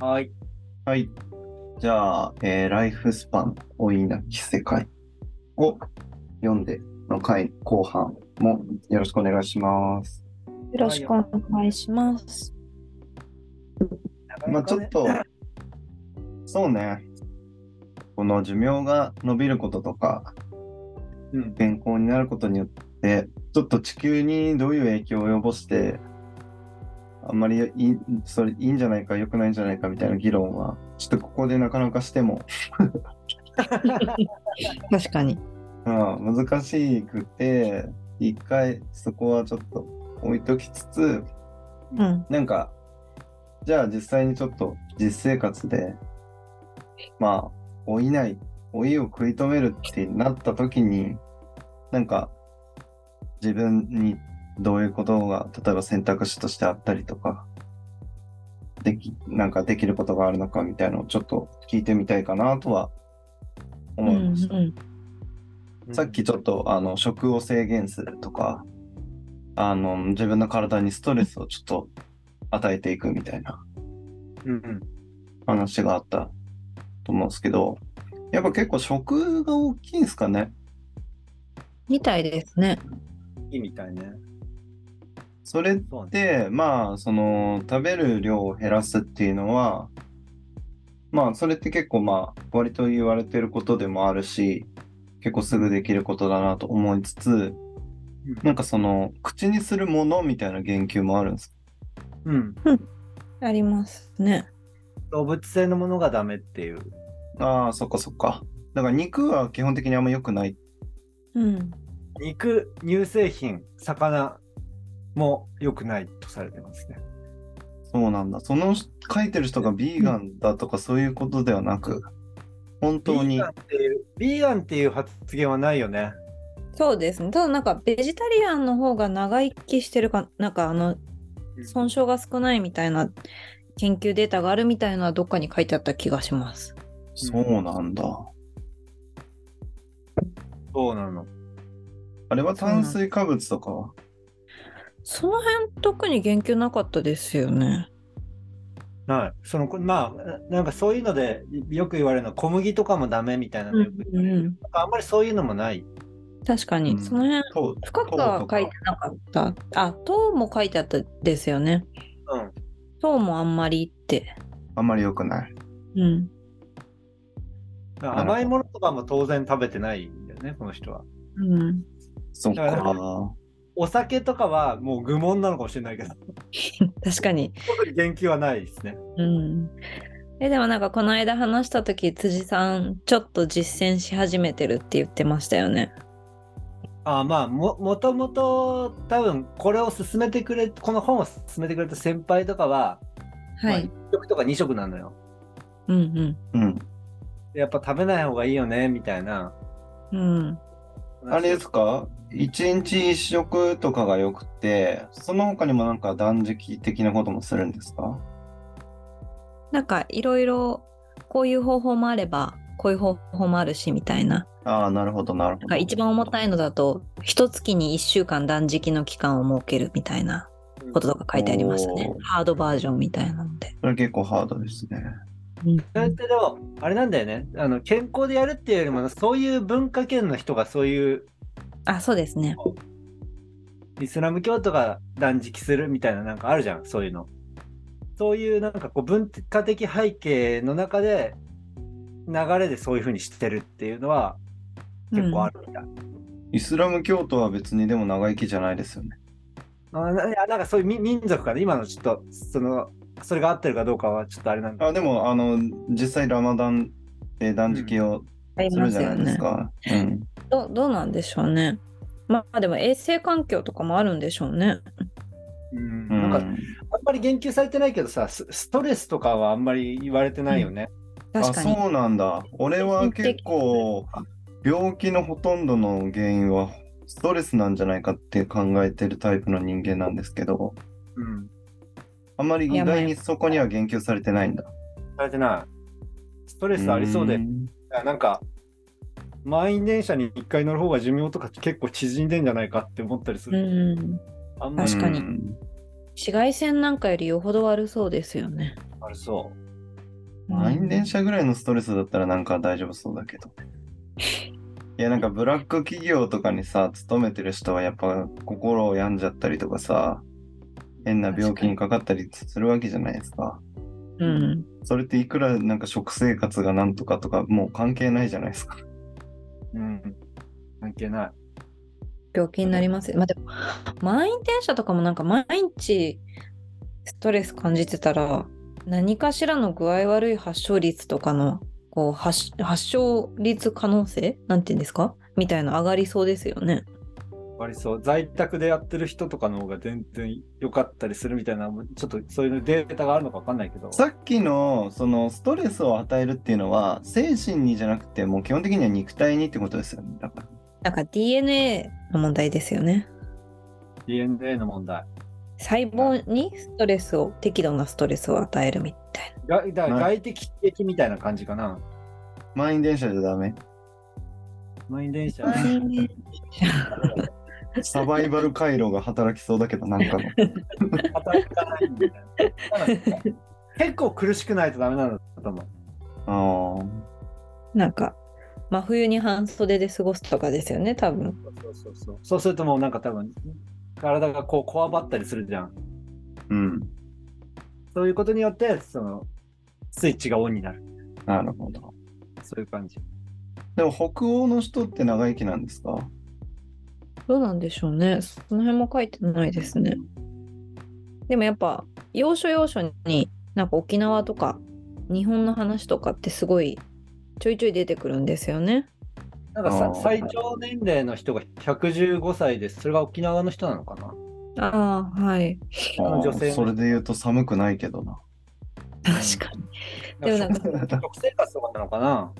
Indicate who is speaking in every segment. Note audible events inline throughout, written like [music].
Speaker 1: はい。
Speaker 2: はい。じゃあ、えーライフスパン、老いなき世界を読んでの回後半もよろしくお願いします。
Speaker 3: よろしくお願いします。
Speaker 2: まあちょっと、そうね、この寿命が伸びることとか、
Speaker 1: うん。
Speaker 2: 健康になることによって、ちょっと地球にどういう影響を及ぼして、あんまりいいそれいいんじゃないか、良くないんじゃないかみたいな議論は、ちょっとここでなかなかしても
Speaker 3: 確かに。
Speaker 2: うん、難しくて一回そこはちょっと置いときつつ
Speaker 3: うん。
Speaker 2: なんかじゃあ実際にちょっと実生活でまあ老いない老いを食い止めるってなった時になんか自分にどういうことが例えば選択肢としてあったりとかできなんかできることがあるのかみたいのをちょっと聞いてみたいかなとは
Speaker 3: う
Speaker 2: 思い
Speaker 3: ん
Speaker 2: ました。
Speaker 3: うん。
Speaker 2: さっきちょっとあの食を制限するとかあの自分の体にストレスをちょっと与えていくみたいな
Speaker 1: うんうん。
Speaker 2: 話があったと思うんですけどやっぱ結構食が大きいんですかね
Speaker 3: みたいですね。
Speaker 1: いいみたいね。
Speaker 2: それっ
Speaker 1: そうね。
Speaker 2: てまあその食べる量を減らすっていうのはまあそれって結構まあ割と言われてることでもあるし結構すぐできることだなと思いつつなんかその口にするものみたいな言及もあるんです
Speaker 1: うん。
Speaker 3: ありますね。
Speaker 1: 動物性のものがダメっていう。
Speaker 2: ああ、そっかそっか。だから肉は基本的にあんま良くない。
Speaker 3: うん。
Speaker 1: 肉、乳製品、魚も良くないとされてますね。
Speaker 2: そうなんだ。その書いてる人がビーガンだとかそういうことではなく、本当
Speaker 1: ビー
Speaker 2: に
Speaker 1: ガン。っていう、ビーガンっていう発言はないよね。
Speaker 3: そうですね。ただなんかベジタリアンの方が長生きしてるか、なんかあの、損傷が少ないみたいな研究データがあるみたいなのはどっかに書いてあった気がします。
Speaker 2: そうなんだ。
Speaker 1: そうなの。
Speaker 2: あれは炭水化物とかは
Speaker 3: その辺特に言及なかったですよね。
Speaker 1: はい。その、こまあ、ななんかそういうので、よく言われるのは小麦とかもダメみたいなのよく言われる
Speaker 3: ん、
Speaker 1: あんまりそういうのもない。
Speaker 3: 確かに、
Speaker 2: うん
Speaker 3: その辺
Speaker 2: 糖
Speaker 3: 深くは書いてなかった。あ、糖も書いてあったですよね。
Speaker 1: うん。
Speaker 3: 糖もあんまりって。
Speaker 2: あんまり良くない。
Speaker 3: うん。
Speaker 2: ほど
Speaker 1: 甘いものとかも当然食べてないんだよね、この人は。
Speaker 3: うん、
Speaker 2: そっ
Speaker 1: だから
Speaker 2: か。
Speaker 1: お酒とかはもう愚問なのかもしれないけど、 [laughs]
Speaker 3: 確かに、
Speaker 1: 特に言及はないですね。
Speaker 3: うん、えでもなんかこの間話した時辻さんちょっと実践し始めてるって言ってましたよね。
Speaker 1: あまあも、もともと多分これを進めてくれ、この本を進めてくれた先輩とかは、
Speaker 3: はい、
Speaker 1: まあ、1食とか2食なのよ。
Speaker 3: うん
Speaker 2: うん。
Speaker 1: でやっぱ食べない方がいいよね、みたいな。
Speaker 3: うんうん
Speaker 2: あれですか一日一食とかが良くて、その他にもなんか断食的なこともするんですか
Speaker 3: なんかいろいろこういう方法もあればこういう方法もあるしみたいな
Speaker 2: ああ、なるほど、なるほ
Speaker 3: なんか
Speaker 2: ど。
Speaker 3: 一番重たいのだと一月に1週間断食の期間を設けるみたいなこととか書いてありましたね
Speaker 2: おー
Speaker 3: ハードバージョンみたいなので。
Speaker 2: それ結構ハードですね。
Speaker 3: うん
Speaker 1: それってでも、あれなんだよね。あの健康でやるっていうよりも、そういう文化圏の人がそういう
Speaker 3: あそうですね。
Speaker 1: イスラム教とか断食するみたいななんかあるじゃんそういうのそういうなんかこう文化的背景の中で流れでそういうふうにしてるっていうのは結構あるみたい、
Speaker 2: イスラム教徒は別にでも長生きじゃないですよね。
Speaker 1: あないやなんかそういう民民族かな今のちょっとそのそれが合ってるかどうかはちょっとあれなんだ
Speaker 2: あでもあの実際ラマダンで断食を
Speaker 3: あり
Speaker 2: する
Speaker 3: ま
Speaker 2: じ
Speaker 3: す
Speaker 2: ゃな
Speaker 3: よ
Speaker 2: いです
Speaker 3: ね。
Speaker 2: か。うん、
Speaker 3: どどうなんでしょうね。まあでも衛生環境とかもあるんでしょうね。
Speaker 2: う
Speaker 1: うん
Speaker 2: ん、
Speaker 1: なんかあんまり言及されてないけどさスストレスとかはあんまり言われてないよね、
Speaker 3: 確かに。
Speaker 2: あそうなんだ。俺は結構病気のほとんどの原因はストレスなんじゃないかって考えてるタイプの人間なんですけど、
Speaker 1: うん、
Speaker 2: あんまり意外にそこには言及されてないんだ。
Speaker 1: されてないストレスありそうで
Speaker 2: ん
Speaker 1: なんか、満員電車に1回乗る方が寿命とか結構縮んでんじゃないかって思ったりす
Speaker 3: う
Speaker 1: る。
Speaker 3: ん、
Speaker 1: あんまり
Speaker 3: 確かに
Speaker 2: うん
Speaker 3: 紫外線なんかよりよほど悪そうですよね。
Speaker 1: あるそう。
Speaker 2: 満員電車ぐらいのストレスだったらなんか大丈夫そうだけど。いやなんかブラック企業とかにさ勤めてる人はやっぱ心を病んじゃったりとかさ変な病気にかかったりするわけじゃないですか。
Speaker 3: うん。
Speaker 2: それっていくらなんか食生活がなんとかとかもう関係ないじゃないですか。
Speaker 1: うん。関係ない。
Speaker 3: 病気になりますよ。まあ、でも、満員電車とかもなんか毎日ストレス感じてたら、何かしらの具合悪い発症率とかの、こう発、発症率可能性なんていうんですかみたいな上がりそうですよね。
Speaker 1: 割りそう。在宅でやってる人とかの方が全然良かったりするみたいな、ちょっとそういうデータがあるのか分かんないけど。
Speaker 2: さっきのそのストレスを与えるっていうのは精神にじゃなくてもう基本的には肉体にってことですよね。だから
Speaker 3: なんか DNA の問題ですよね。
Speaker 1: DNA の問題。
Speaker 3: 細胞にストレスを、適度なストレスを与えるみたいな。
Speaker 1: がだから
Speaker 2: は
Speaker 1: 外的的みたいな感じかな。
Speaker 2: 満員電車じゃダメ。
Speaker 1: 満員電車。
Speaker 2: サバイバル回路が働きそうだけどなんかの。
Speaker 1: 働かないみたいな。結構苦しくないとダメなんだと思う。
Speaker 2: ああ。
Speaker 3: なんか、真冬に半袖で過ごすとかですよね、多分。
Speaker 1: そうそうそう。そうするともうなんか多分、体がこうこわばったりするじゃん。
Speaker 2: うん。
Speaker 1: そういうことによって、その、スイッチがオンになる。
Speaker 2: なるほど。
Speaker 1: そういう感じ。
Speaker 2: でも北欧の人って長生きなんですか
Speaker 3: どうなんでしょうね。その辺も書いてないですね。でもやっぱ、要所要所に、なんか沖縄とか、日本の話とかってすごい、ちょいちょい出てくるんですよね。
Speaker 1: なんか
Speaker 2: あ
Speaker 1: さ
Speaker 2: ー
Speaker 1: 最長年齢の人が115歳です。それが沖縄の人なのかな
Speaker 3: ああ、はい。
Speaker 2: あ
Speaker 1: の女性
Speaker 2: ー
Speaker 1: の
Speaker 2: それで言うと寒くないけどな。
Speaker 3: 確かに。でもなんか
Speaker 1: 食食生活とかなのかな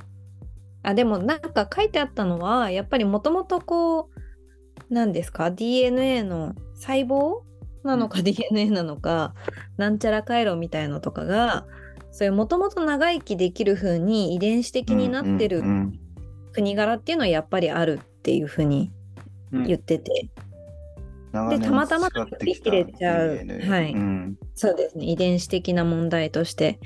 Speaker 3: あでもなんか書いてあったのはやっぱりもともとこう何ですか DNA の細胞なのか DNA なのか、なんちゃら回路みたいのとかがそういうもともと長生きできる風に遺伝子的になって
Speaker 2: うん
Speaker 3: る
Speaker 2: うんうん
Speaker 3: 国柄っていうのはやっぱりあるっていう風に
Speaker 1: うん
Speaker 3: 言ってて、
Speaker 2: 長年
Speaker 3: たまたま
Speaker 2: 培ってきた
Speaker 3: 売り切れちゃう
Speaker 2: DNA
Speaker 3: はい
Speaker 2: うん
Speaker 3: そうですね遺伝子的な問題として。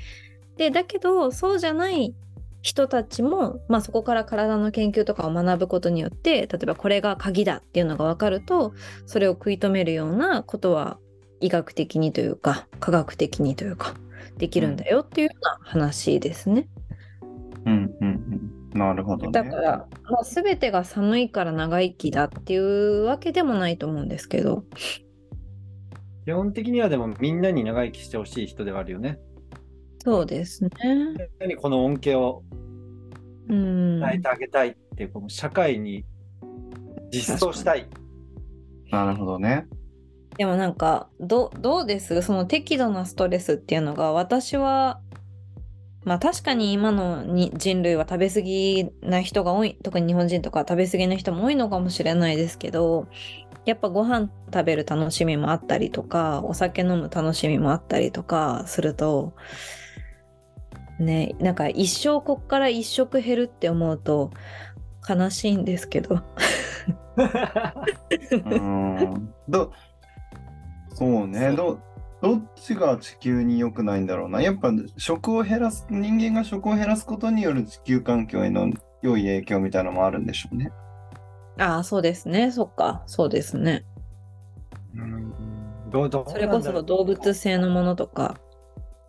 Speaker 3: でだけどそうじゃない人たちも、まあ、そこから体の研究とかを学ぶことによって例えばこれが鍵だっていうのが分かるとそれを食い止めるようなことは医学的にというか科学的にというかできるんだよっていうような話ですね。
Speaker 2: うんうんうん。なるほど、ね。
Speaker 3: だから、まあ、全てが寒いから長生きだっていうわけでもないと思うんですけど
Speaker 1: 基本的にはでもみんなに長生きしてほしい人ではあるよね。
Speaker 3: そうですね。
Speaker 1: 何この恩恵を
Speaker 3: うん
Speaker 1: 与えてあげたいっていう、この社会に実装したい。
Speaker 2: なるほどね。
Speaker 3: でもなんかどどうですその適度なストレスっていうのが私はまあ確かに今のに人類は食べ過ぎな人が多い特に日本人とかは食べ過ぎな人も多いのかもしれないですけどやっぱご飯食べる楽しみもあったりとかお酒飲む楽しみもあったりとかするとねなんか一生こっから一食減るって思うと悲しいんですけど
Speaker 2: うーん。ど、そうね。
Speaker 1: そう
Speaker 2: ど、どっちが地球に良くないんだろうな。やっぱ食を減らす、人間が食を減らすことによる地球環境への良い影響みたいなのもあるんでしょうね。
Speaker 3: ああそうですねそっかそうですね
Speaker 1: うんどうどう
Speaker 3: それこ
Speaker 1: なんだろ
Speaker 3: そう動物性のものとか。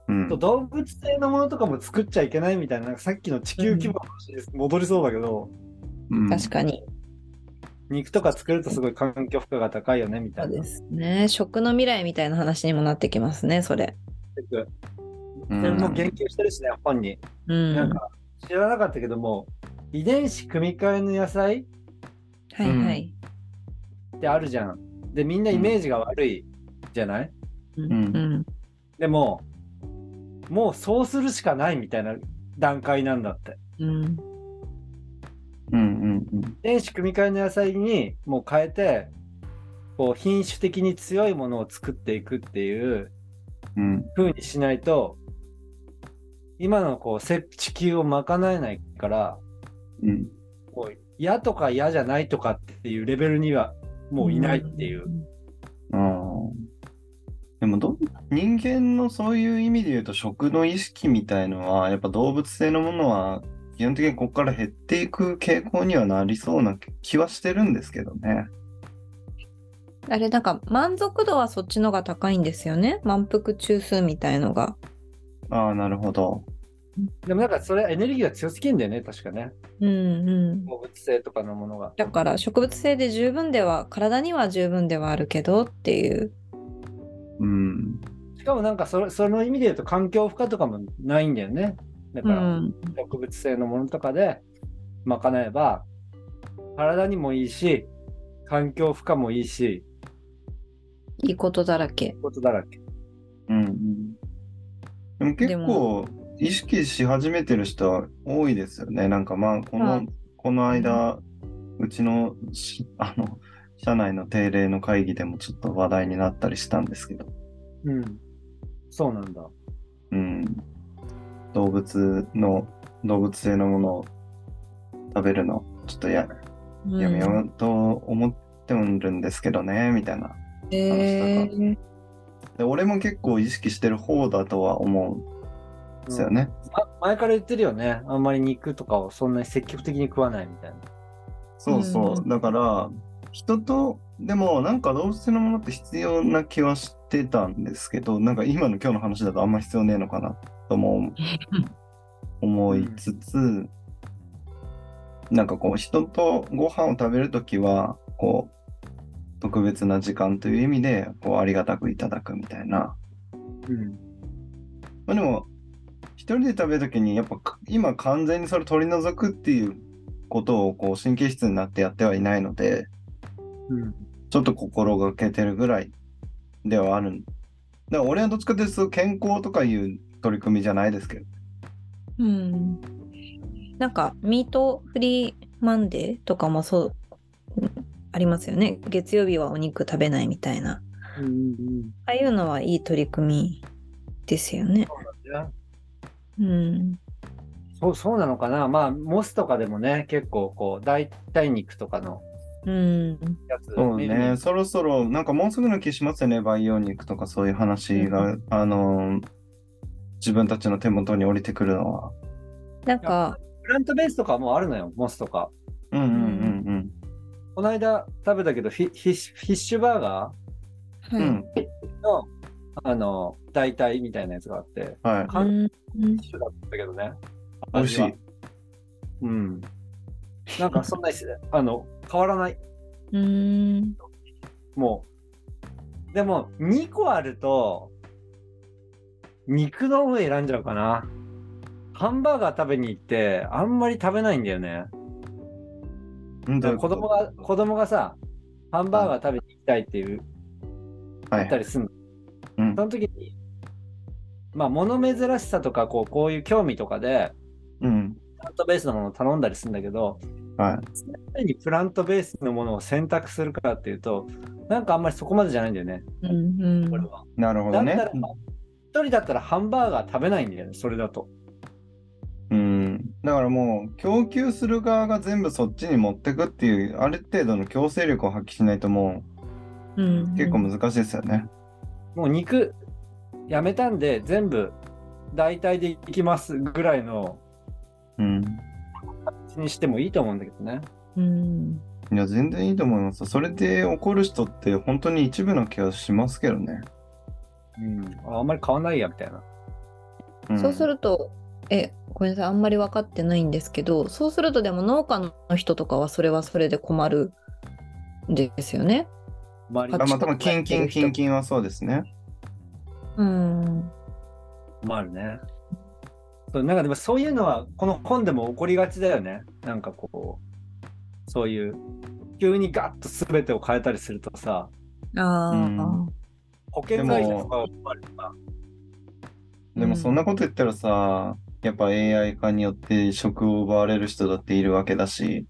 Speaker 2: うん
Speaker 1: そう。動物性のものとかも作っちゃいけないみたいな、なんかさっきの地球規模の話に戻りそうだけど、
Speaker 2: うん
Speaker 3: 確かに。
Speaker 1: 肉とか作るとすごい環境負荷が高いよねみた
Speaker 3: そ
Speaker 1: いうな
Speaker 3: で。すね。食の未来みたいな話にもなってきますね、それ。
Speaker 2: うん
Speaker 1: それも言及してるしね、本に。
Speaker 3: う
Speaker 1: なん
Speaker 3: ん。
Speaker 1: か知らなかったけども、遺伝子組み換えの野菜っ
Speaker 3: はいはい。
Speaker 1: てあるじゃん。で、みんなイメージが悪いじゃない、
Speaker 3: うんん。うん
Speaker 1: でも、もうそうするしかないみたいな段階なんだって。
Speaker 3: うん。
Speaker 2: うんうんうん。
Speaker 1: 遺伝子組み換えの野菜にもう変えて、こう品種的に強いものを作っていくっていう
Speaker 2: うん、
Speaker 1: 風にしないと、今のこうせ地球を賄えないから、
Speaker 2: うん、
Speaker 1: こう嫌とか嫌じゃないとかっていうレベルにはもういないっていう。
Speaker 2: ああ。でもど、人間のそういう意味で言うと食の意識みたいのは、やっぱ動物性のものは、基本的にここから減っていく傾向にはなりそうな気はしてるんですけどね。
Speaker 3: あれなんか満足度はそっちのが高いんですよね満腹中枢みたいのが
Speaker 2: ああ、なるほど。
Speaker 1: でもなんかそれエネルギーが強すぎんだよね、確かね。
Speaker 3: うんうん
Speaker 1: 動物性とかのものが。
Speaker 3: だから植物性で十分では体には十分ではあるけどっていう
Speaker 2: うん。
Speaker 1: しかもなんかそれその意味で言うと環境負荷とかもないんだよね。だ
Speaker 3: う
Speaker 1: から、
Speaker 3: ん
Speaker 1: 植物性のものとかで賄えば体にもいいし環境負荷もいいし
Speaker 3: いいことだらけ
Speaker 1: ことだらけ
Speaker 2: うんうん。でも結
Speaker 3: で
Speaker 2: 構
Speaker 3: も
Speaker 2: 意識し始めてる人は多いですよね。なんかまあ、こ
Speaker 3: は
Speaker 2: の
Speaker 3: い、
Speaker 2: この間、うちのし、あの、社内の定例の会議でもちょっと話題になったりしたんですけど、
Speaker 1: うんそうなんだ
Speaker 2: うん。動物の、動物性のものを食べるの、ちょっとや
Speaker 3: うん
Speaker 2: やめようと思ってるんですけどね、みたいな。
Speaker 3: へー
Speaker 2: で俺も結構意識してる方だとは思うんですよね。
Speaker 1: ま前から言ってるよねあんまり肉とかをそんなに積極的に食わないみたいな
Speaker 2: そうそう、
Speaker 3: うん
Speaker 2: だから人とでもなんか動物性のものって必要な気はしてたんですけどなんか今の今日の話だとあんま必要ねえのかなとも思いつつ、なんかこう人とご飯を食べるときはこう特別な時間という意味でこうありがたくいただくみたいな
Speaker 1: うん
Speaker 2: まあ、でも一人で食べるときにやっぱか今完全にそれ取り除くっていうことをこう神経質になってやってはいないので
Speaker 1: うん
Speaker 2: ちょっと心がけてるぐらいではあるんだから俺はどっちかというと健康とかいう取り組みじゃないですけど
Speaker 3: うんなんかミートフリーマンデーとかもそうありますよね月曜日はお肉食べないみたいな
Speaker 1: うんうん
Speaker 3: ああいうのはいい取り組みですよね。
Speaker 1: う
Speaker 3: う
Speaker 1: ん
Speaker 3: ん。
Speaker 1: そうそうなのかなまあモスとかでもね結構こう代替肉とかの
Speaker 3: うん。
Speaker 1: やつ
Speaker 2: そう
Speaker 1: 見る
Speaker 2: ねそろそろなんかもうすぐの気しますよね培養肉とかそういう話が、あのー自分たちの手元に降りてくるのは
Speaker 3: なんか、
Speaker 1: プラントベースとかもあるのよモスとか
Speaker 2: うんうんうん
Speaker 1: この間食べたけどフィフィッシュフィッシュバーガー
Speaker 2: うん、
Speaker 3: はい
Speaker 2: うん
Speaker 1: の、あの、代替みたいなやつがあって、
Speaker 2: はい
Speaker 1: か
Speaker 3: うんうん
Speaker 1: 一緒だったけどね。
Speaker 2: 美味し。
Speaker 1: 味はいうん。なんかそんなに、
Speaker 2: [laughs]
Speaker 1: あの、変わらない。
Speaker 3: うん。
Speaker 1: もう。でも、2個あると、肉の方選んじゃうかな。ハンバーガー食べに行って、あんまり食べないんだよね。
Speaker 2: うんどういうこ
Speaker 1: 子
Speaker 2: と
Speaker 1: 供が、子供がさ、ハンバーガー食べに行きたいっていう、
Speaker 2: は
Speaker 1: 言
Speaker 2: い
Speaker 1: ったりするの。
Speaker 2: うん
Speaker 1: その時に、まあ、物珍しさとか、こう、こういう興味とかで、
Speaker 2: うん
Speaker 1: プラントベースのものを頼んだりするんだけど、
Speaker 2: はい
Speaker 1: 常にプラントベースのものを選択するかっていうと、なんかあんまりそこまでじゃないんだよね、
Speaker 3: うん
Speaker 1: これは。
Speaker 2: なるほ
Speaker 1: だ
Speaker 2: ど
Speaker 1: った
Speaker 2: ね
Speaker 1: ら、。一人だったらハンバーガー食べないんだよね、それだと。
Speaker 2: うん。だからもう、供給する側が全部そっちに持ってくっていう、ある程度の強制力を発揮しないとも
Speaker 3: うん
Speaker 2: う、結構難しいですよね。
Speaker 1: もう肉やめたんで、全部代替でいきますぐらいの
Speaker 2: うん。
Speaker 1: 形にしてもいいと思うんだけどね。
Speaker 3: うん。
Speaker 2: いや、全然いいと思います。それで怒る人って本当に一部の気がしますけどね。
Speaker 1: うん、ああんまり買わないやみたいな。
Speaker 2: うん
Speaker 3: そうすると、え、ごめんなさい、あんまり分かってないんですけど、そうするとでも農家の人とかはそれはそれで困るんですよね。
Speaker 1: 周り
Speaker 2: あ、
Speaker 1: が
Speaker 2: まあ、多分、キンキンキンキンはそうですね。
Speaker 3: うん。
Speaker 1: 困るね。そうなんかでもそういうのはこの本でも起こりがちだよね。なんかこうそういう急にガッと全てを変えたりするとさ
Speaker 3: ああ。
Speaker 2: うん
Speaker 1: 保険会社とかが困るよな
Speaker 2: でも、そんなこと言ったらさ、やっぱ AI 化によって職を奪われる人だっているわけだし、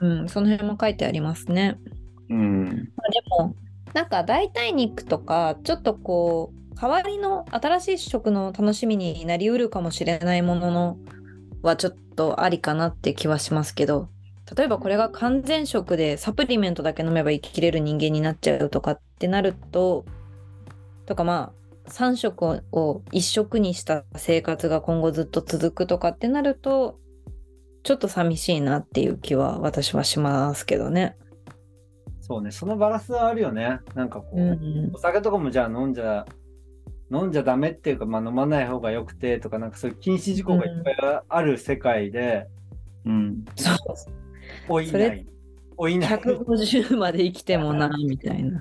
Speaker 3: うん、その辺も書いてありますね。
Speaker 2: うん。
Speaker 3: まあでもなんか代替肉とかちょっとこう代わりの新しい食の楽しみになりうるかもしれないもののはちょっとありかなって気はしますけど例えばこれが完全食でサプリメントだけ飲めば生きれる人間になっちゃうとかってなるととかまあ3食をを1食にした生活が今後ずっと続くとかってなるとちょっと寂しいなっていう気は私はしますけどね。
Speaker 1: そうね、そのバランスはあるよね。なんかこう、
Speaker 3: うん
Speaker 1: お酒とかもじゃあ飲んじゃ、飲んじゃダメっていうか、まあ飲まない方が良くてとか、なんかそういう禁止事項がいっぱいある世界で、
Speaker 2: うん。
Speaker 3: そう
Speaker 1: 老い
Speaker 3: そ
Speaker 1: ない
Speaker 3: れ。
Speaker 1: 老いない。
Speaker 3: 150まで生きてもなみたいな。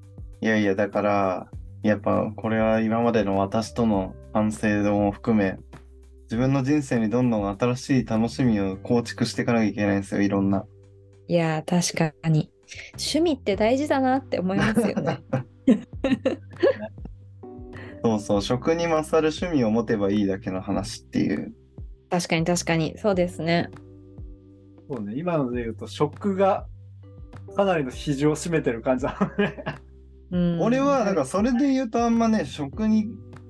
Speaker 2: いやいや、だから、やっぱこれは今までの私との反省も含め、自分の人生にどんどん新しい楽しみを構築していかなきゃいけないんですよ、いろんな。
Speaker 3: いやー確かに趣味って大事だなって思いますよ [laughs] ね。
Speaker 2: そうそう、食に勝る趣味を持てばいいだけの話っていう。
Speaker 3: 確かに確かにそうですね。
Speaker 1: そうね、今ので言うと、食がかなりの比重を占めてる感じだもんね。
Speaker 3: うん、
Speaker 2: 俺は、だからそれで言うとあんまね、食に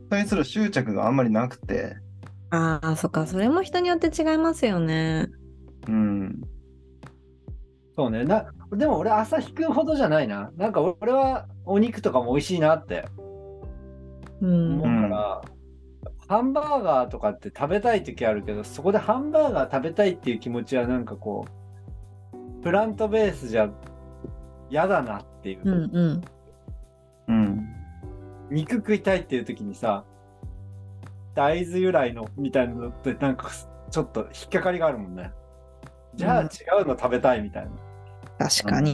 Speaker 2: 対する執着があんまりなくて、
Speaker 3: ああそっかそれも人によって違いますよね。
Speaker 2: うん。
Speaker 1: そうね、なでも俺、朝引くほどじゃないな。なんか俺はお肉とかも美味しいなって
Speaker 3: うん
Speaker 1: 思うから、ハンバーガーとかって食べたい時あるけど、そこでハンバーガー食べたいっていう気持ちは、なんかこう、プラントベースじゃ嫌だなっていう、
Speaker 3: うんうん
Speaker 2: うん。
Speaker 1: 肉食いたいっていう時にさ、大豆由来のみたいなのって、なんかちょっと引っかかりがあるもんね。じゃあ
Speaker 3: うん
Speaker 1: 違うの食べたいみたいな。
Speaker 3: 確かに。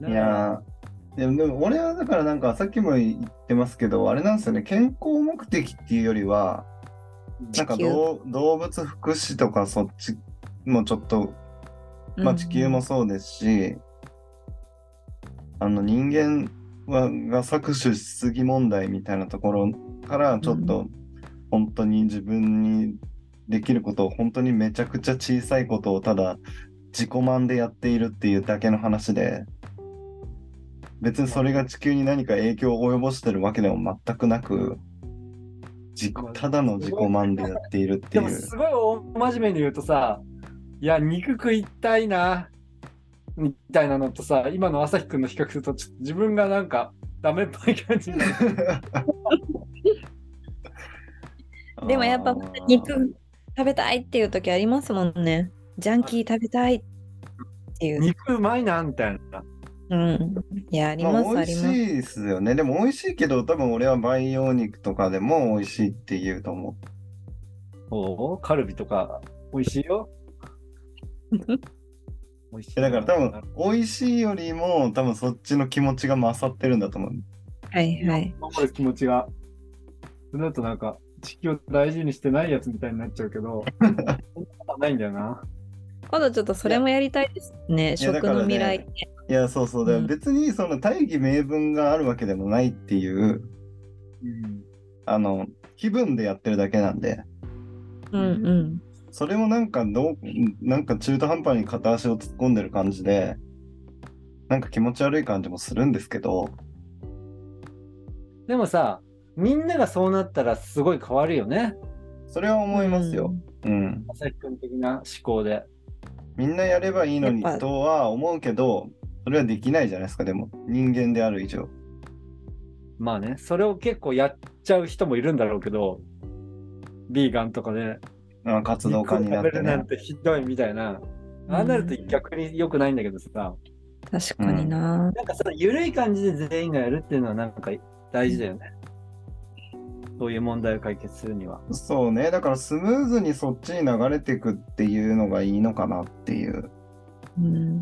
Speaker 1: なん
Speaker 2: い
Speaker 1: か
Speaker 2: やーでもでも俺はだからなんかさっきも言ってますけどあれなんですよね健康目的っていうよりはなんか
Speaker 3: 地球
Speaker 2: 動動物福祉とかそっちもちょっと、まあ、地球もそうですし、あの人間はが搾取しすぎ問題みたいなところからちょっと本当に自分にできることを本当にめちゃくちゃ小さいことをただ自己満でやっているっていうだけの話で別にそれが地球に何か影響を及ぼしてるわけでも全くなく自己ただの自己満でやっているってい
Speaker 1: でも
Speaker 2: う
Speaker 1: すごい大真面目に言うとさ、いや、肉食いたいな、みたいなのとさ、今の朝日くんの比較すると、ちょっと自分がなんかダメっぽい感じにな [laughs] る
Speaker 3: でもやっぱ肉食べたいっていう時ありますもんね。ジャンキー食べたいっていう。
Speaker 1: 肉うまいな、みたいな。
Speaker 3: うん。いやあり
Speaker 2: ま
Speaker 3: ます
Speaker 2: あ、
Speaker 3: あ
Speaker 2: 美
Speaker 3: り
Speaker 2: 味
Speaker 3: ます。
Speaker 2: しいですよね。でも美味しいけど、多分俺は培養肉とかでも美味しいって言うと思う。
Speaker 1: おカルビとか、美味しいよ。 [laughs] 美味しい
Speaker 2: で
Speaker 1: な
Speaker 2: だから多分美味しいよりも、多分そっちの気持ちが勝ってるんだと思う。
Speaker 3: はいはい。
Speaker 1: 守る気持ちが。それだとなんか、地球を大事にしてないやつみたいになっちゃうけ
Speaker 2: [laughs]
Speaker 1: ど、そんなことはないんだよな。
Speaker 3: 今度ちょっとそれもやりたいですね。
Speaker 2: やだ
Speaker 3: 食
Speaker 2: からね
Speaker 3: の未来って。
Speaker 2: いや、そうそう。だから別にその大義名分があるわけでもないっていう、
Speaker 1: うん
Speaker 2: あの、気分でやってるだけなんで、
Speaker 3: うんうん。
Speaker 2: それもなんかどう、なんか中途半端に片足を突っ込んでる感じで、なんか気持ち悪い感じもするんですけど、
Speaker 1: でもさ、みんながそうなったらすごい変わるよね。
Speaker 2: それは思いますよ。うん
Speaker 1: 朝日くん的な思考で。
Speaker 2: みんなやればいいのに
Speaker 3: やっぱ
Speaker 2: とは思うけど、それはできないじゃないですか、でも。人間である以上。
Speaker 1: まあね、それを結構やっちゃう人もいるんだろうけど、ビーガンとかで、
Speaker 2: あ活動家になっ
Speaker 1: 肉を食べ
Speaker 2: て
Speaker 1: るな
Speaker 2: ね
Speaker 1: ん。てひどいみたいな。
Speaker 3: うん
Speaker 1: ああなると逆に良くないんだけどさ、
Speaker 3: 確かにな。
Speaker 1: なんかその緩い感じで全員がやるっていうのはなんか大事だよね。そういう問題を解決するには。
Speaker 2: そうね、だからスムーズにそっちに流れていくっていうのがいいのかなっていう。
Speaker 3: うん。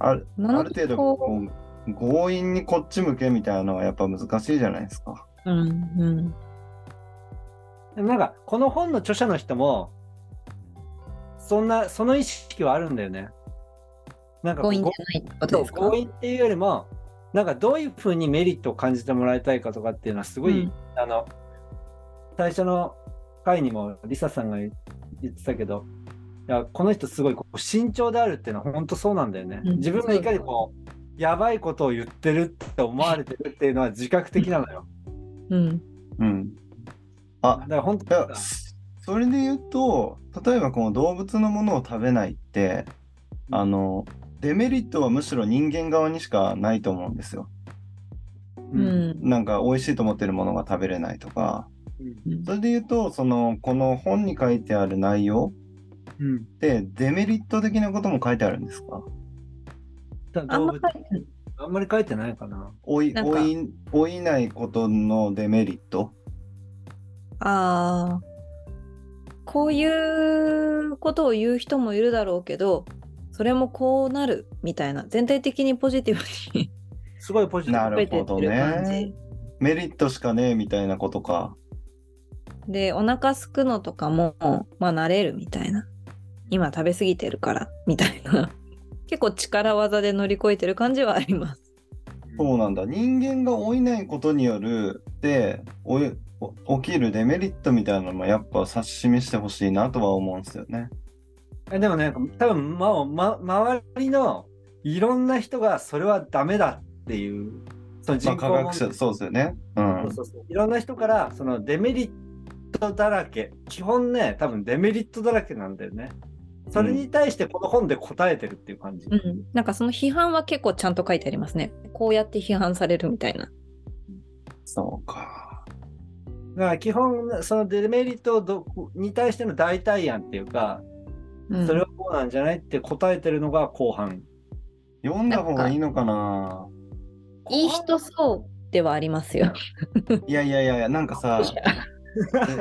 Speaker 2: ある
Speaker 3: 今
Speaker 2: あ
Speaker 3: の
Speaker 2: る
Speaker 3: と
Speaker 2: 程度
Speaker 3: こ
Speaker 2: こう、強引にこっち向けみたいなのはやっぱ難しいじゃないですか。
Speaker 3: うんうん。
Speaker 1: でもなんか、この本の著者の人も、そんな、その意識はあるんだよね。なんかこう
Speaker 3: 強引じゃないってこと
Speaker 1: そ
Speaker 3: で
Speaker 1: う
Speaker 3: すか
Speaker 1: 強。引っていうよりもなんかどういうふうにメリットを感じてもらいたいかとかっていうのはすごい、
Speaker 3: うん
Speaker 1: あの最初の回にもリサさんが言言ってたけどいやこの人すごいこう慎重であるっていうのは本当そうなんだよね、
Speaker 3: うん
Speaker 1: 自分がいかにこうやばいことを言ってるって思われてるっていうのは自覚的なのよ
Speaker 3: うん。
Speaker 2: うん。
Speaker 1: だから本
Speaker 2: い
Speaker 1: 当
Speaker 2: や
Speaker 1: にさ
Speaker 2: それで言うと例えばこの動物のものを食べないってあのデメリットはむしろ人間側にしかないと思うんですよ。
Speaker 3: う。ん。
Speaker 2: なんか美味しいと思ってるものが食べれないとか
Speaker 3: うん
Speaker 2: それで言うとそのこの本に書いてある内容
Speaker 1: うん。
Speaker 2: ってデメリット的なことも書いてあるんですか
Speaker 1: ただ
Speaker 3: あん
Speaker 1: 動
Speaker 3: ま
Speaker 1: 物
Speaker 3: 書いてない
Speaker 1: あんまり書いてないかな。
Speaker 2: 追い
Speaker 3: なんか
Speaker 2: 追い追いないことのデメリット
Speaker 3: ああ。こういうことを言う人もいるだろうけど、それもこうなるみたいな、全体的にポジティブに
Speaker 1: すごいポジティ
Speaker 2: な
Speaker 1: ブ。
Speaker 2: るほどね
Speaker 3: 書いてってる感
Speaker 2: メリットしかねえみたいなことか
Speaker 3: で、お腹すくのとかも、まあ慣れるみたいな。今食べ過ぎてるから、みたいな。結構力技で乗り越えてる感じはあります。
Speaker 2: そうなんだ人間が老いないことによるで老いお起きるデメリットみたいなのもやっぱ指し示してほしいなとは思うんですよね。
Speaker 1: えでもね、多分、まま、周りのいろんな人がそれはダメだっていう、その
Speaker 2: ま
Speaker 1: 人
Speaker 2: あ、
Speaker 1: 口
Speaker 2: 科
Speaker 1: 問
Speaker 2: 学
Speaker 1: 題
Speaker 2: 者そうですよね。う
Speaker 1: そ
Speaker 2: ん
Speaker 1: う、そうそういろんな人からそのデメリットだらけ基本ね多分デメリットだらけなんだよねそれに対してこの本で答えてるっていう感じ、
Speaker 3: うん。なんかその批判は結構ちゃんと書いてありますね。こうやって批判されるみたいな。
Speaker 2: そうか。
Speaker 1: だから基本そのデメリットをどに対しての代替案っていうか
Speaker 3: うん
Speaker 1: それはこうなんじゃないって答えてるのが後半
Speaker 2: 読んだ方がいいのかない
Speaker 3: い人そうではありますよ。
Speaker 2: いやいやいやいやなんかさ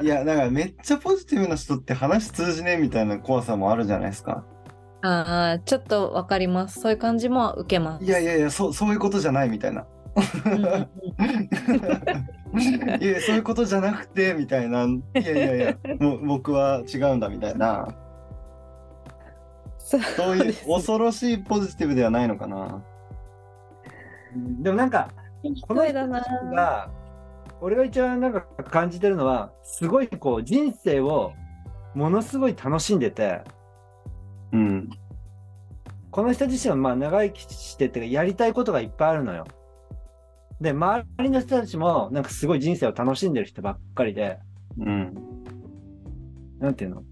Speaker 2: いやなんかめっちゃポジティブな人って話通じねえみたいな怖さもあるじゃないですか。
Speaker 3: ああ、ちょっとわかります。そういう感じも受けます。
Speaker 1: [laughs]
Speaker 2: いやいやいやそうそういうことじゃないみたいな。 [laughs]
Speaker 3: うんうんうん
Speaker 2: いやそういうことじゃなくてみたいな。いやいやいやもう僕は違うんだみたいな。
Speaker 3: そう
Speaker 2: そう
Speaker 3: そう
Speaker 2: い
Speaker 3: で
Speaker 2: う
Speaker 3: す
Speaker 2: 恐ろしいポジティブではないのかな。
Speaker 1: うんでもなんかこの
Speaker 3: 声
Speaker 1: 人
Speaker 3: だな
Speaker 1: たち。が俺が一番なんか感じてるのはすごいこう人生をものすごい楽しんでて
Speaker 2: うん。
Speaker 1: この人自身はまあ長生きしててやりたいことがいっぱいあるのよ。で周りの人たちもなんかすごい人生を楽しんでる人ばっかりで
Speaker 2: うん。
Speaker 1: なんていうの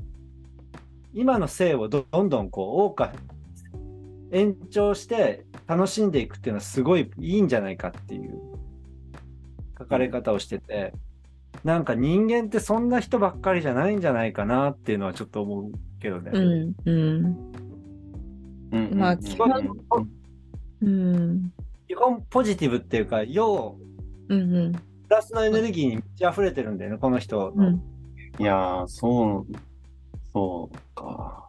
Speaker 1: 今の生をどどんどんこう謳歌延長して楽しんでいくっていうのはすごいいいんじゃないかっていう書かれ方をしててなんか人間ってそんな人ばっかりじゃないんじゃないかなっていうのはちょっと思うけどね。
Speaker 3: うんうん
Speaker 2: うん
Speaker 3: ま
Speaker 2: う
Speaker 3: あ
Speaker 2: ん
Speaker 3: 基
Speaker 1: 本
Speaker 2: うん
Speaker 3: うん
Speaker 1: 基本ポジティブっていうか要
Speaker 3: うんうん
Speaker 1: プラスのエネルギーに満ち溢れてるんだよね、この人
Speaker 3: う
Speaker 1: の。
Speaker 3: ん
Speaker 2: いやーそうそうか。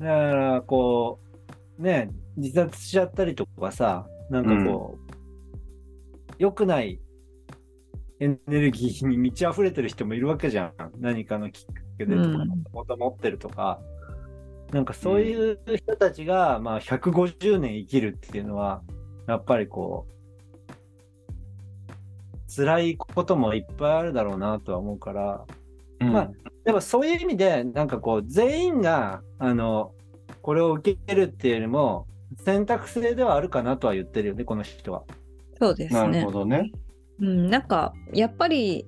Speaker 1: だから、こう、ね、自殺しちゃったりとかさ、なんかこう、良くないエネルギーに満ち溢れてる人もいるわけじゃん。何かのきっかけでとか、
Speaker 3: うん
Speaker 1: もと持ってるとか。なんかそういう人たちが、まあ、150年生きるっていうのは、やっぱりこう、辛いこともいっぱいあるだろうなとは思うから、
Speaker 2: うん
Speaker 1: まあでもそういう意味で、なんかこう、全員が、あの、これを受けるっていうよりも、選択制ではあるかなとは言ってるよね、この人は。
Speaker 3: そうです
Speaker 2: なる
Speaker 3: ね
Speaker 2: ほ。どね。
Speaker 3: うんなんかやっぱり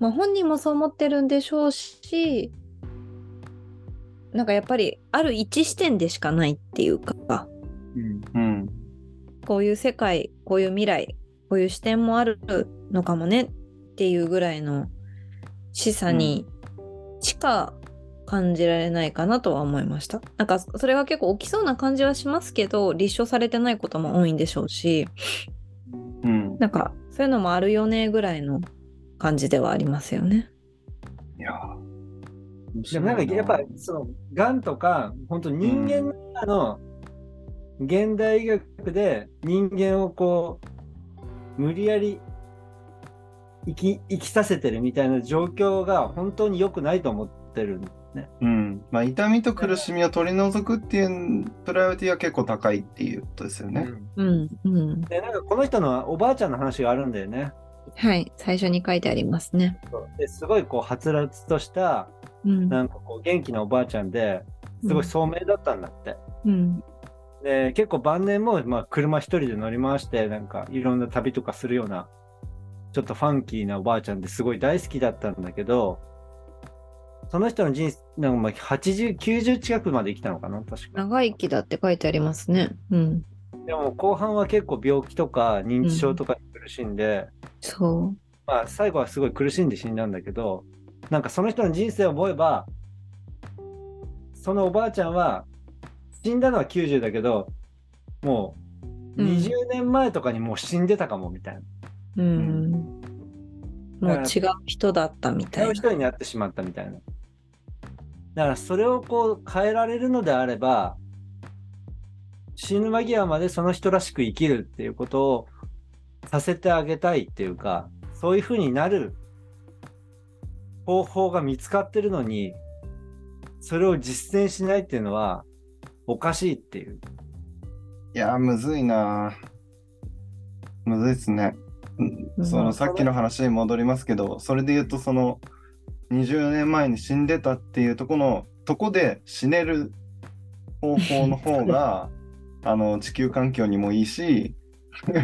Speaker 3: まあ本人もそう思ってるんでしょうし、なんかやっぱりある一視点でしかないっていうか、
Speaker 1: うん。
Speaker 2: うん。
Speaker 3: こういう世界、こういう未来、こういう視点もあるのかもねっていうぐらいの示唆にしか感じられないかなとは思いました。なんかそれが結構起きそうな感じはしますけど、立証されてないことも多いんでしょうし、
Speaker 2: うん。
Speaker 3: なんかそういうのもあるよねぐらいの感じではありますよね。
Speaker 2: いやー
Speaker 1: でもなんかやっぱ、その、がんとか、本当人間の中の、現代医学で人間をこう、無理やり生き、生きさせてるみたいな状況が本当に良くないと思ってるんだよね。
Speaker 2: うん。まあ痛みと苦しみを取り除くっていうプライオリティは結構高いっていうことですよね。
Speaker 3: うん、うん。
Speaker 1: で、なんかこの人のおばあちゃんの話があるんだよね。
Speaker 3: はい、最初に書いてありますね。
Speaker 1: ですごいこう、はつらつとした、
Speaker 3: うん。
Speaker 1: なんかこう元気なおばあちゃんですごい聡明だったんだって。
Speaker 3: うん。
Speaker 1: で結構晩年もまあ車一人で乗り回してなんかいろんな旅とかするようなちょっとファンキーなおばあちゃんですごい大好きだったんだけどその人の人生なんかまあ8090近くまで生きたのかな確か
Speaker 3: 長生きだって書いてありますね。うん。
Speaker 1: でも後半は結構病気とか認知症とかに苦しんで、
Speaker 3: そう。
Speaker 1: まあ、最後はすごい苦しんで死んだんだけどなんかその人の人生を思えばそのおばあちゃんは死んだのは90だけどもう
Speaker 3: うん
Speaker 1: 20年前とかにもう死んでたかもみたいな、
Speaker 3: うん。もう違う人だったみた
Speaker 1: 違
Speaker 3: いうな。
Speaker 1: 人になってしまったみたいなだからそれをこう変えられるのであれば死ぬ間際までその人らしく生きるっていうことをさせてあげたいっていうかそういうふうになる方法が見つかってるのにそれを実践しないっていうのはおかしいっていう
Speaker 2: いやー、むずいなー。むずいっすね。
Speaker 3: う
Speaker 2: うんんそのさっきの話に戻りますけど、それで言うと、その20年前に死んでたっていうとこのとこで死ねる方法の方
Speaker 1: [laughs]
Speaker 2: があの地球環境にもいいし、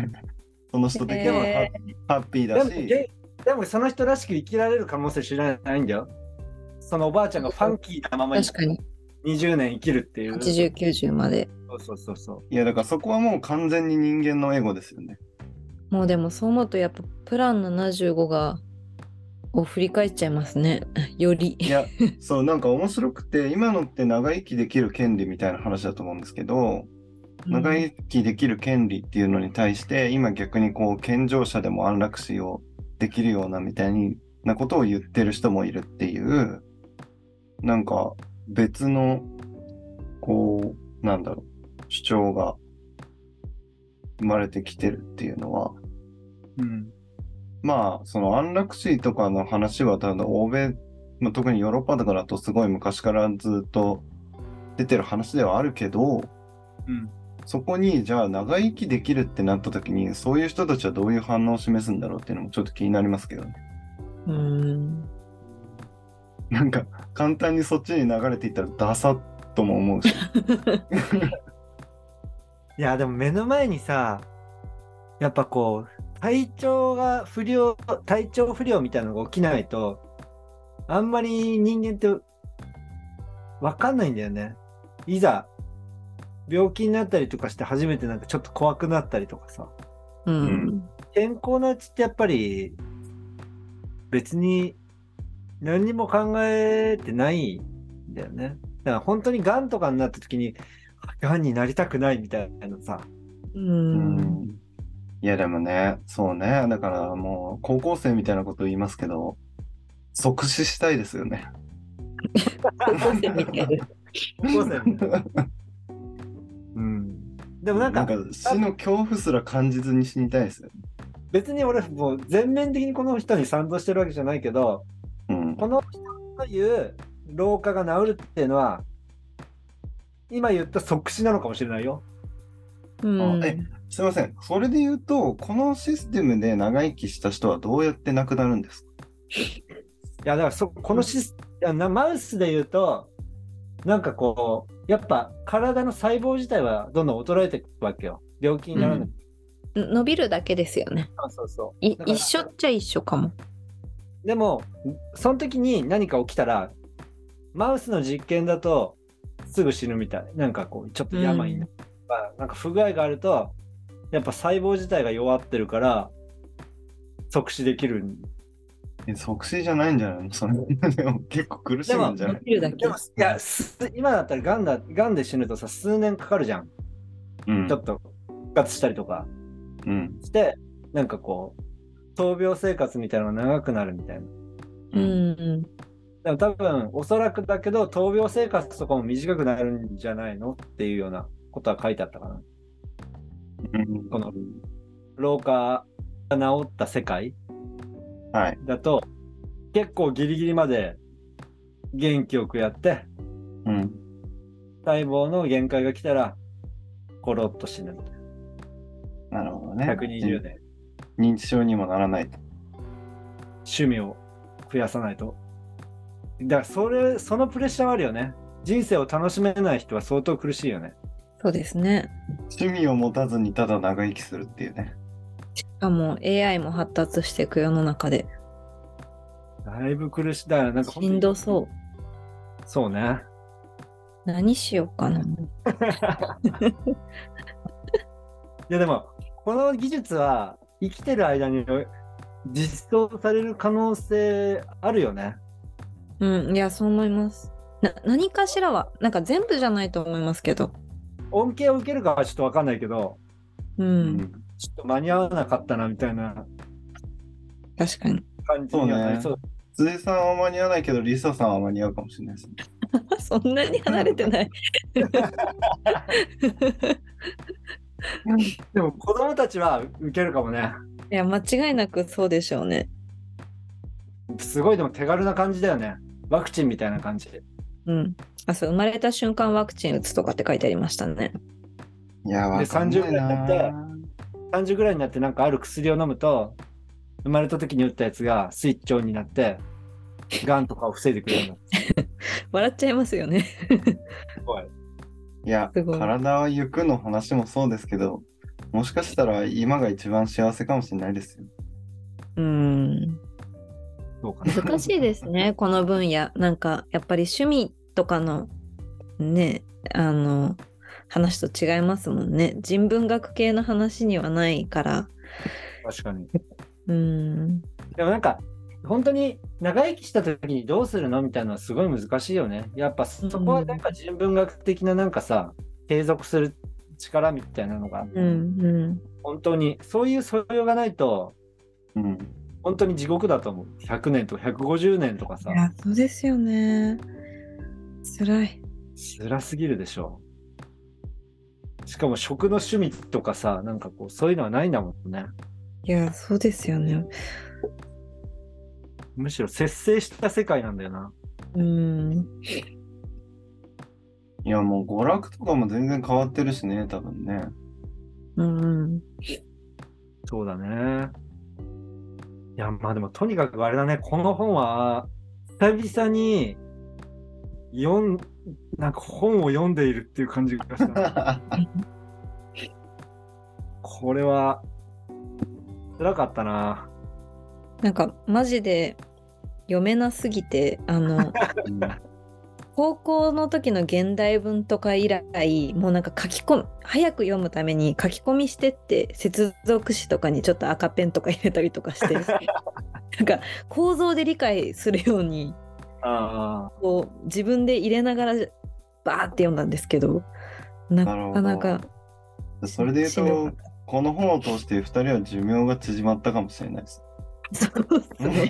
Speaker 2: [laughs] その人的にもハッ
Speaker 3: へ
Speaker 2: ハッピー
Speaker 1: で
Speaker 2: だ
Speaker 1: も
Speaker 2: し、
Speaker 1: げでもその人らしく生きられる可能性知らないんだよそのおばあちゃんがファンキーなままに
Speaker 3: 確かに。
Speaker 1: 20年生きるっていう
Speaker 3: 80、90まで。
Speaker 1: そうそうそうそう。
Speaker 2: いやだからそこはもう完全に人間のエゴですよね。
Speaker 3: もうでもそう思うとやっぱプラン75がを振り返っちゃいますね。 [laughs] より。
Speaker 2: いや、そうなんか面白くて、今のって長生きできる権利みたいな話だと思うんですけど、長
Speaker 3: い。
Speaker 2: 生きできる権利っていうのに対して今逆にこう健常者でも安楽死をできるようなみたいなことを言ってる人もいるっていうなんか別のこうなんだろう主張が生まれてきてるっていうのは
Speaker 1: うん。
Speaker 2: まあその安楽死とかの話はただ欧米、まあ、特にヨーロッパとかだとすごい昔からずっと出てる話ではあるけど
Speaker 1: うん。
Speaker 2: そこにじゃあ長生きできるってなった時にそういう人たちはどういう反応を示すんだろうっていうのもちょっと気になりますけどね [laughs]
Speaker 3: うん。
Speaker 2: なんか簡単にそっちに流れていったらダサッとも思うし
Speaker 1: いや、でも目の前にさ、やっぱこう、体調が不良、体調不良みたいなのが起きないと、あんまり人間ってわかんないんだよね。いざ、病気になったりとかして初めてなんかちょっと怖くなったりとかさ。
Speaker 3: うん。
Speaker 1: 健康なうちってやっぱり、別に何にも考えてないんだよね。だから本当に癌とかになった時に、癌になりたくないみたいな
Speaker 2: [laughs]
Speaker 1: さ。
Speaker 3: う。
Speaker 2: うんんいやでもねそうねだからもう高校生みたいなこと言いますけど即死したいですよね
Speaker 3: みたいな
Speaker 1: 高校生みたいなうん。でもなん
Speaker 2: な
Speaker 1: か
Speaker 2: んか死の恐怖すら感じずに死にたいですよ、ね
Speaker 1: 別に俺もう全面的にこの人に賛同してるわけじゃないけど、
Speaker 2: うん
Speaker 1: この人という老化が治るっていうのは、今言った即死なのかもしれないよ。
Speaker 3: うん
Speaker 2: あえすいませんそれで言うとこのシステムで長生きした人はどうやって亡くなるんですか
Speaker 1: いやだからそこのシス、いやなマウスで言うとなんかこうやっぱ体の細胞自体はどんどん衰えていくわけよ病気になら
Speaker 2: う
Speaker 1: ない、
Speaker 2: ん
Speaker 3: 伸びるだけですよね。
Speaker 1: そうそうそ
Speaker 3: い
Speaker 1: だから
Speaker 3: 一緒っちゃ一緒かも。
Speaker 1: うでもその時に何か起きたらマウスの実験だとすぐ死ぬみたいなんかこうちょっと病になるとか、なんか不具合があるとやっぱ細胞自体が弱ってるから即死できる
Speaker 2: え即死じゃないんじゃないのそれでも [laughs] 結構苦しいんじゃな
Speaker 3: 伸
Speaker 2: い
Speaker 3: びるだけ
Speaker 1: で。もいやす今だったらがんだがんで死ぬとさ数年かかるじゃん
Speaker 2: うん
Speaker 1: ちょっと復活したりとか
Speaker 2: うん
Speaker 1: して、なんかこう、闘病生活みたいなのが長くなるみたいな。
Speaker 3: うんうん。
Speaker 1: でも多分、おそらくだけど、闘病生活とかも短くなるんじゃないのっていうようなことは書いてあったかな。
Speaker 2: うん
Speaker 1: この老化が治った世界
Speaker 2: はい
Speaker 1: だと、結構ギリギリまで元気よくやって、
Speaker 2: うん
Speaker 1: 細胞の限界が来たら、コロッと死ぬみたい
Speaker 2: なるほどね
Speaker 1: な。120年、
Speaker 2: 認知症にもならないと
Speaker 1: 趣味を増やさないと。だから、それ、そのプレッシャーはあるよね。人生を楽しめない人は相当苦しいよね。
Speaker 3: そうですね。
Speaker 2: 趣味を持たずにただ長生きするっていうね
Speaker 3: しかも AI も発達していく世の中で。
Speaker 1: だいぶ苦しい。だからなんか
Speaker 3: しんどそう。
Speaker 1: う。そうね。
Speaker 3: 何しようかな。
Speaker 1: いやでもこの技術は生きてる間に実装される可能性あるよね。
Speaker 3: うん、いや、そう思います。な何かしらは、なんか全部じゃないと思いますけど。
Speaker 1: 恩恵を受けるかはちょっと分かんないけど
Speaker 3: う、
Speaker 2: うんん、
Speaker 1: ちょっと間に合わなかったなみたいな
Speaker 3: 確かに。 [laughs]
Speaker 1: 感じにはなりそう
Speaker 2: 辻さんは間に合わないけど、リサさんは間に合うかもしれないですね。
Speaker 3: そんなに離れてない。
Speaker 1: でも子供たちは受けるかもね
Speaker 3: いや、間違いなくそうでしょうね。
Speaker 1: すごいでも手軽な感じだよねワクチンみたいな感じ
Speaker 3: うん。あ、そう、生まれた瞬間ワクチン打つとかって書いてありましたね。
Speaker 2: いや、わかんないな
Speaker 1: で30代30ぐらいになってなんかある薬を飲むと生まれた時に打ったやつがスイッチオンになってがんとかを防いでくれるの
Speaker 3: 笑っちゃいますよね。
Speaker 1: すごい
Speaker 2: いや、
Speaker 3: すごい
Speaker 2: 体は行くの話もそうですけど、もしかしたら今が一番幸せかもしれないですよ。
Speaker 3: うん。
Speaker 1: そうかな
Speaker 3: 難しいですねこの分野なんかやっぱり趣味とかのねあの話と違いますもんね人文学系の話にはないから
Speaker 1: 確かに
Speaker 3: うん
Speaker 1: でもなんか本当に長生きした時にどうするのみたいなのはすごい難しいよね。やっぱそこはなんか人文学的ななんかさ、継続する力みたいなのが
Speaker 3: うんうん
Speaker 1: 本当にそういう素養がないと
Speaker 2: うん。
Speaker 1: 本当に地獄だと思う。100年とか150年とかさ
Speaker 3: い、やそうですよね辛い
Speaker 1: 辛すぎるでしょう。しかも食の趣味とかさ、なんかこうそういうのはないんだもんね。
Speaker 3: いやそうですよね
Speaker 1: むしろ節制した世界なんだよな。
Speaker 3: うん
Speaker 2: いや、もう娯楽とかも全然変わってるしね、多分ね。。
Speaker 3: うん
Speaker 1: そうだね。いや、まあでもとにかくあれだね、この本は、久々に、読ん、なんか本を読んでいるっていう感じがした
Speaker 3: [laughs]
Speaker 1: これは、辛かったな。
Speaker 3: なんかマジで読めなすぎてあの高校の時の現代文とか以来もうなんか書き込む早く読むために書き込みしてって接続詞とかにちょっと赤ペンとか入れたりとかしてなんか構造で理解するように
Speaker 1: あ
Speaker 3: こう自分で入れながらバーって読んだんですけどなかな
Speaker 2: な
Speaker 3: か
Speaker 2: るそれで言う
Speaker 3: しんど
Speaker 2: と
Speaker 3: [laughs] か、
Speaker 2: この本を通して2人は寿命が縮まったかもしれないです。
Speaker 3: そうっすね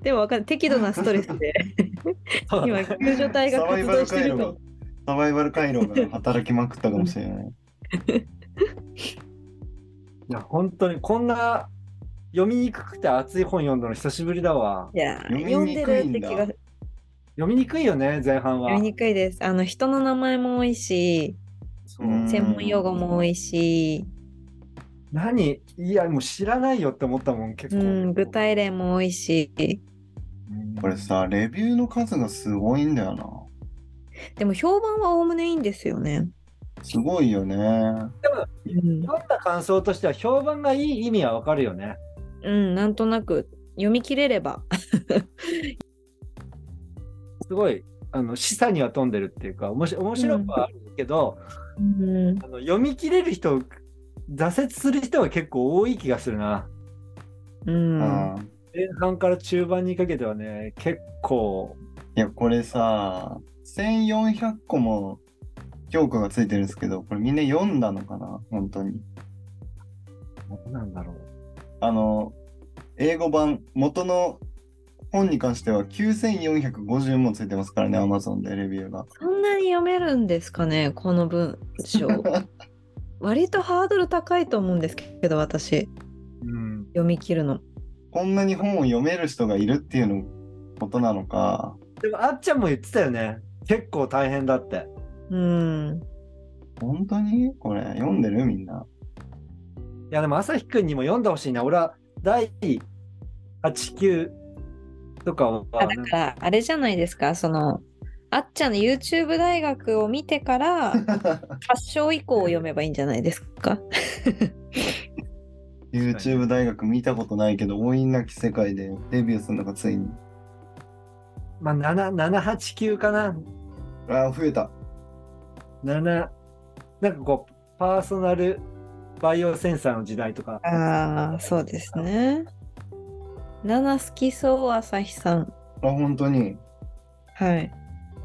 Speaker 3: でもわかんない適度なストレスで
Speaker 1: あ。 [laughs]
Speaker 3: 今救助隊
Speaker 2: サ
Speaker 3: が
Speaker 2: バイ
Speaker 3: 活
Speaker 2: バ
Speaker 3: 動
Speaker 2: ル
Speaker 3: して
Speaker 2: 回路
Speaker 3: る
Speaker 2: が
Speaker 3: と、
Speaker 2: サバイバル回路が働きまくったかもしれない。
Speaker 1: いや、本当にこんな、読みにくくて熱い本読んだの久しぶりだわ。
Speaker 3: いや
Speaker 2: 読み
Speaker 3: 読ん
Speaker 2: にくい
Speaker 3: で
Speaker 2: んだ
Speaker 3: るって気が
Speaker 1: 読みにくいよね、前半は
Speaker 3: 読み。にくいです。あの人の名前も多いし、
Speaker 1: そう
Speaker 2: うん
Speaker 3: 専門用語も多いし、
Speaker 1: 何いや、もう知らないよって思ったもん、結
Speaker 3: う
Speaker 1: 構。
Speaker 3: ん、具体例も多いし、
Speaker 1: うん
Speaker 2: これさ、レビューの数がすごいんだよな。
Speaker 3: でも評判はおおむねいいんですよね。
Speaker 2: すごいよね。
Speaker 3: うん、
Speaker 1: 読んだ感想としては評判がいい意味はわかるよね。
Speaker 3: うん、なんとなく読み切れれば、
Speaker 1: すごいあの示唆には富んでるっていうか面白面白くはあるけど、
Speaker 3: うん、
Speaker 1: あの読み切れる人挫折する人は結構多い気がするな。
Speaker 3: うん、
Speaker 2: うん
Speaker 1: 前半から中盤にかけてはね結構
Speaker 2: いや、これさ、1400個も評価がついてるんですけど、これみんな読んだのかな本当に。
Speaker 1: 何なんだろう
Speaker 2: あの、英語版、元の本に関しては9450もついてますからね、Amazon でレビューが。
Speaker 3: そんなに読めるんですかね、この文章。割とハードル高いと思うんですけど、私、
Speaker 1: うん、
Speaker 3: 読み切るの。
Speaker 2: こんなに本を読める人がいるっていうのことなのか。
Speaker 1: でもあっちゃんも言ってたよね結構大変だって。
Speaker 3: うん、
Speaker 2: 本当にこれ、読んでるみんな。
Speaker 1: いやでも朝日くんにも読んでほしいな俺は第89とかは
Speaker 3: あだからあれじゃないですかそのあっちゃんの YouTube 大学を見てから [laughs] 発症以降を読めばいいんじゃないですか
Speaker 2: YouTube 大学見たことないけど、多いなき世界でデビューするのがついに。
Speaker 1: まあ、7 789かな
Speaker 2: あー、増えた。
Speaker 1: 7なんかこうパーソナルバイオセンサーの時代とか、
Speaker 3: ああ、そうですね。7好きそう、朝日さん。
Speaker 2: あ、本当に。
Speaker 3: はい。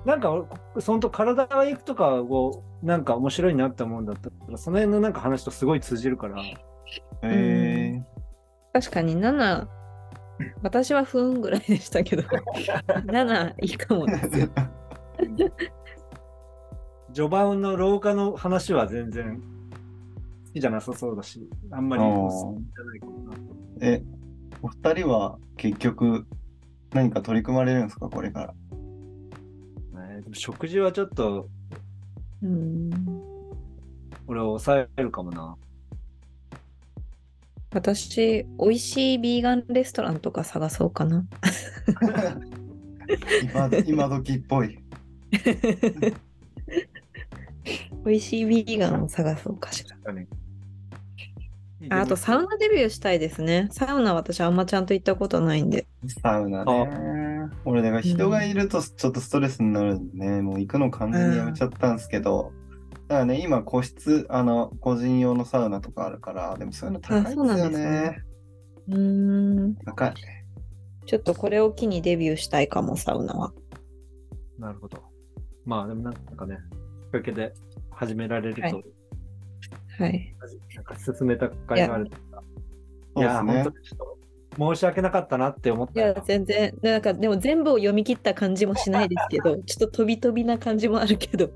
Speaker 1: なんか俺、そのと体が行くとかを、なんか面白いなって思うんだったら、その辺のなんか話とすごい通じるから、
Speaker 2: えー、
Speaker 3: 確かに7、私は不運ぐらいでした [laughs] けど、7いいか [laughs]
Speaker 2: [laughs]
Speaker 3: もですよ。
Speaker 1: 序盤の老化の話は全然好きじゃなさそうだし、あんまり
Speaker 2: あー
Speaker 1: おすすめじゃないかもな。
Speaker 2: え、お二人は結局何か取り組まれるんですか、これから。
Speaker 1: えーでも食事はちょっと
Speaker 3: うん
Speaker 1: 俺は抑えるかもな。
Speaker 3: 私、美味しいビーガンレストランとか探そうかな。
Speaker 2: 今
Speaker 3: [laughs]
Speaker 2: 今時っぽい。
Speaker 3: 美味しいビーガンを探そうかしら。 [laughs] ああと、サウ
Speaker 1: ナ
Speaker 3: ナデビューしたいですね。サウナ私あんまちゃんと行ったことないんで。
Speaker 2: サウナね。俺、だから人がいるとちょっとストレスになるんでね、もう行くの完全にやめちゃったんですけど、だからね、今個室、あの、個人用のサウナとかあるから、でもそういうの高いんです
Speaker 3: あそうな
Speaker 2: よ
Speaker 3: んです
Speaker 2: ね
Speaker 3: ね。うーん。
Speaker 2: 高い。
Speaker 3: ちょっとこれを機にデビューしたいかも、サウナは。
Speaker 1: なるほど。まあでもなんかね、きっかけで始められると、
Speaker 3: はいはい。
Speaker 1: なんか進めた甲斐があるというか。い
Speaker 2: そうで
Speaker 1: や
Speaker 2: す
Speaker 1: ー、
Speaker 2: ね
Speaker 1: 本。当にちょっと申し訳なかったなって思っ
Speaker 3: い
Speaker 1: た
Speaker 3: や
Speaker 1: よ、
Speaker 3: 全然、なんかでも全部を読み切った感じもしないですけ [laughs] ど、ちょっと飛び飛びな感じもあるけど、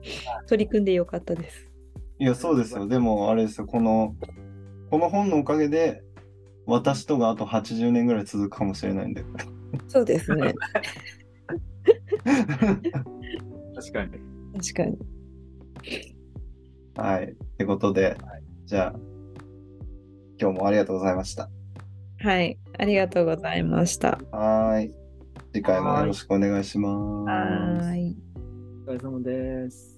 Speaker 3: 取り組んでよかったです。
Speaker 2: いや、そうですよ。でも、あれですよ。この、この本のおかげで、私とがあと80年ぐらい続くかもしれないんで。
Speaker 3: そうですね。
Speaker 1: 確かに。
Speaker 3: 確かに。
Speaker 2: はい。ってことで、じゃあ、今日もありがとうございました。
Speaker 3: はい。ありがとうございました。
Speaker 2: はーい。次回もよろしくお願いします。
Speaker 3: はい。
Speaker 1: お疲れ様です。